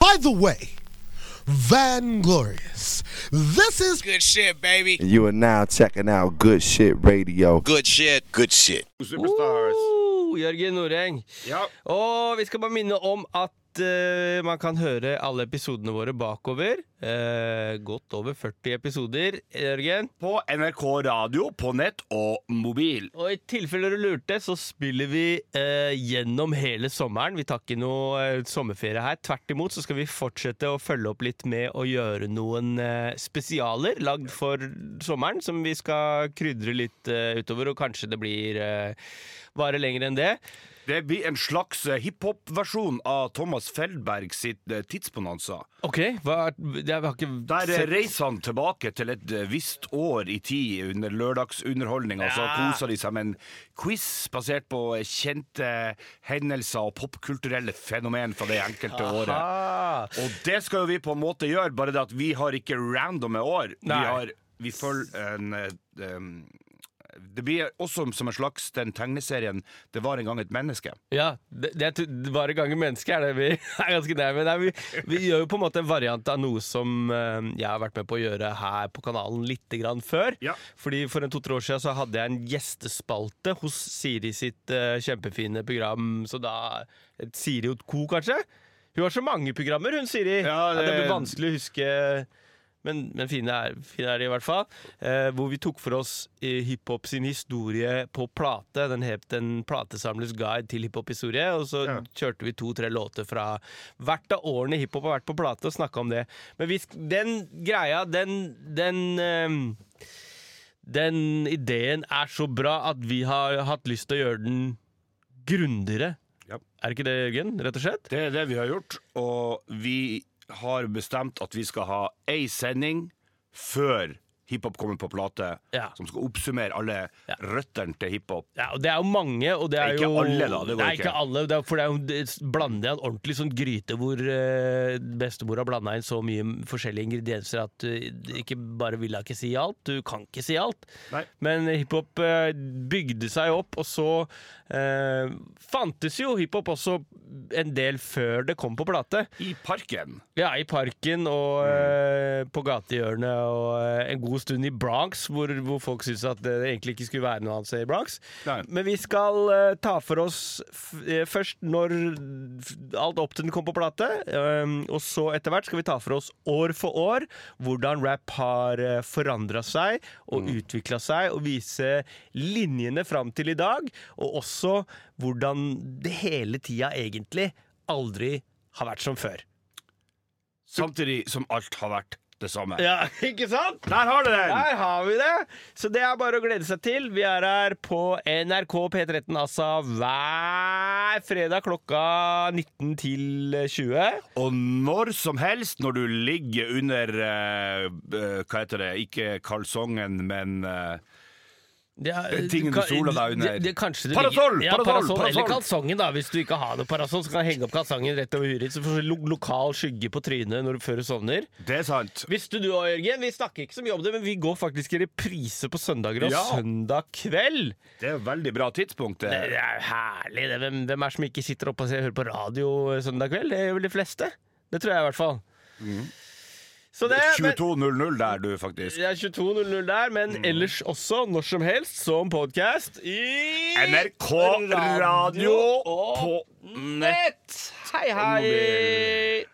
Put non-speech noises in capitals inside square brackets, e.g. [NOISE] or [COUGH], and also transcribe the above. By the way, Vanglorious, this is Good shit, baby. You are now checking out Good Shit Radio. Good shit. Good shit. Superstars. Oh, Jørgen Noreng. Ja. Og vi skal bare minne om at eh, man kan høre alle episodene våre bakover. Eh, godt over 40 episoder, Jørgen. På NRK radio, på nett og mobil. Og i tilfelle du lurte, så spiller vi eh, gjennom hele sommeren. Vi tar ikke noe eh, sommerferie her. Tvert imot så skal vi fortsette å følge opp litt med å gjøre noen eh, spesialer lagd for sommeren, som vi skal krydre litt eh, utover, og kanskje det blir eh, varer lenger enn det. Det blir en slags eh, hiphop-versjon av Thomas Feldberg sitt eh, Tidsbonanza. Ok, hva er, jeg har ikke Der eh, sett reiser han tilbake til et eh, visst år i tid under lørdagsunderholdninga. Så koser de seg med en quiz basert på eh, kjente hendelser og popkulturelle fenomen fra det enkelte året. ah, Og det skal jo vi på en måte gjøre, bare det at vi har ikke randomme år. Vi, Nei. har, vi følger en eh, um, Det blir også som en slags den tegneserien 'Det var en gang et menneske'. Ja, det, det, er tu- det var i gang med mennesker er det vi [LAUGHS] er ganske nærme. Nei, vi, vi gjør jo på en måte en variant av noe som eh, jeg har vært med på å gjøre her på kanalen litt grann før. Ja. Fordi For en to-tre år siden så hadde jeg en gjestespalte hos Siri sitt eh, kjempefine program. Så da et Siri og co, kanskje? Hun har så mange programmer, hun Siri. Ja, det, det det- blir vanskelig å huske. Men, men fine, er, fine er de i hvert fall. Eh, hvor vi tok for oss eh, hiphop sin historie på plate. Den het En platesamlers guide til hiphop-historie. Og så Ja. kjørte vi to-tre låter fra hvert av årene hiphop har vært på plate, og snakka om det. Men hvis den greia, den, den ehm, den ideen er så bra at vi har hatt lyst til å gjøre den grundigere. Ja. Er ikke det, Jørgen? Rett og slett? Det er det vi har gjort, og vi har bestemt at vi skal ha ei sending før hiphop kommer på plate, Ja. som skal oppsummere alle Ja. røttene til hiphop. Ja, og det er jo mange, og det er, Ikke jo alle, da, det går Nei, ikke. ikke alle. Det er, for det er jo det blander jeg en ordentlig sånn gryte hvor eh, bestemor har blanda inn så mye forskjellige ingredienser at du ikke bare vil da ikke si alt, du kan ikke si alt. Nei. Men hiphop eh, bygde seg opp, og så eh, fantes jo hiphop også en del før det kom på plate. I parken. Ja, i parken og eh, på gatehjørnet og eh, en god stund i Bronx, hvor, hvor folk syntes at det egentlig ikke skulle være noe annet sted i Bronx. Nei. Men vi skal eh, ta for oss f eh, først når f alt Opton kom på plate, eh, og så etter hvert skal vi ta for oss år for år hvordan rap har uh, forandra seg og utviklet utvikla seg, og vise linjene fram til i dag, og også hvordan det hele tida egentlig aldri har vært som før. Samtidig som alt har vært det samme. Ja, ikke sant? Der har du den! Der har vi det! Så det er bare å glede seg til. Vi er her på NRK P13 altså hver fredag klokka 19 til 20. Og når som helst, når du ligger under eh, eh, Hva heter det? Ikke kalsongen, men eh, Det er, Den tingen du kan- soler deg under. Det, det, kanskje det Parasoll, ligger- Ja, parasoll, parasoll, parasoll. Eller kalsongen, da. Hvis du ikke har noe parasoll, så kan du henge opp kalsongen rett over huet ditt. Så får du lo lokal skygge på trynet når du, før du sovner. Det er sant. Visste du òg, Jørgen? Vi snakker ikke så mye om det, men vi går faktisk i reprise på søndager og Ja. søndag kveld. Det er et veldig bra tidspunkt. eh, Det Det. er jo herlig. Det. Hvem, hvem er det som ikke sitter oppe og ser, hører på radio eh, søndag kveld? Det er vel de fleste. Det tror jeg i hvert fall. Mm. Så det, men- 22.00 der, du, faktisk. det er 22.00 der, men Mm. ellers også når som helst som podkast i NRK Radio og på nett. Hei, hei!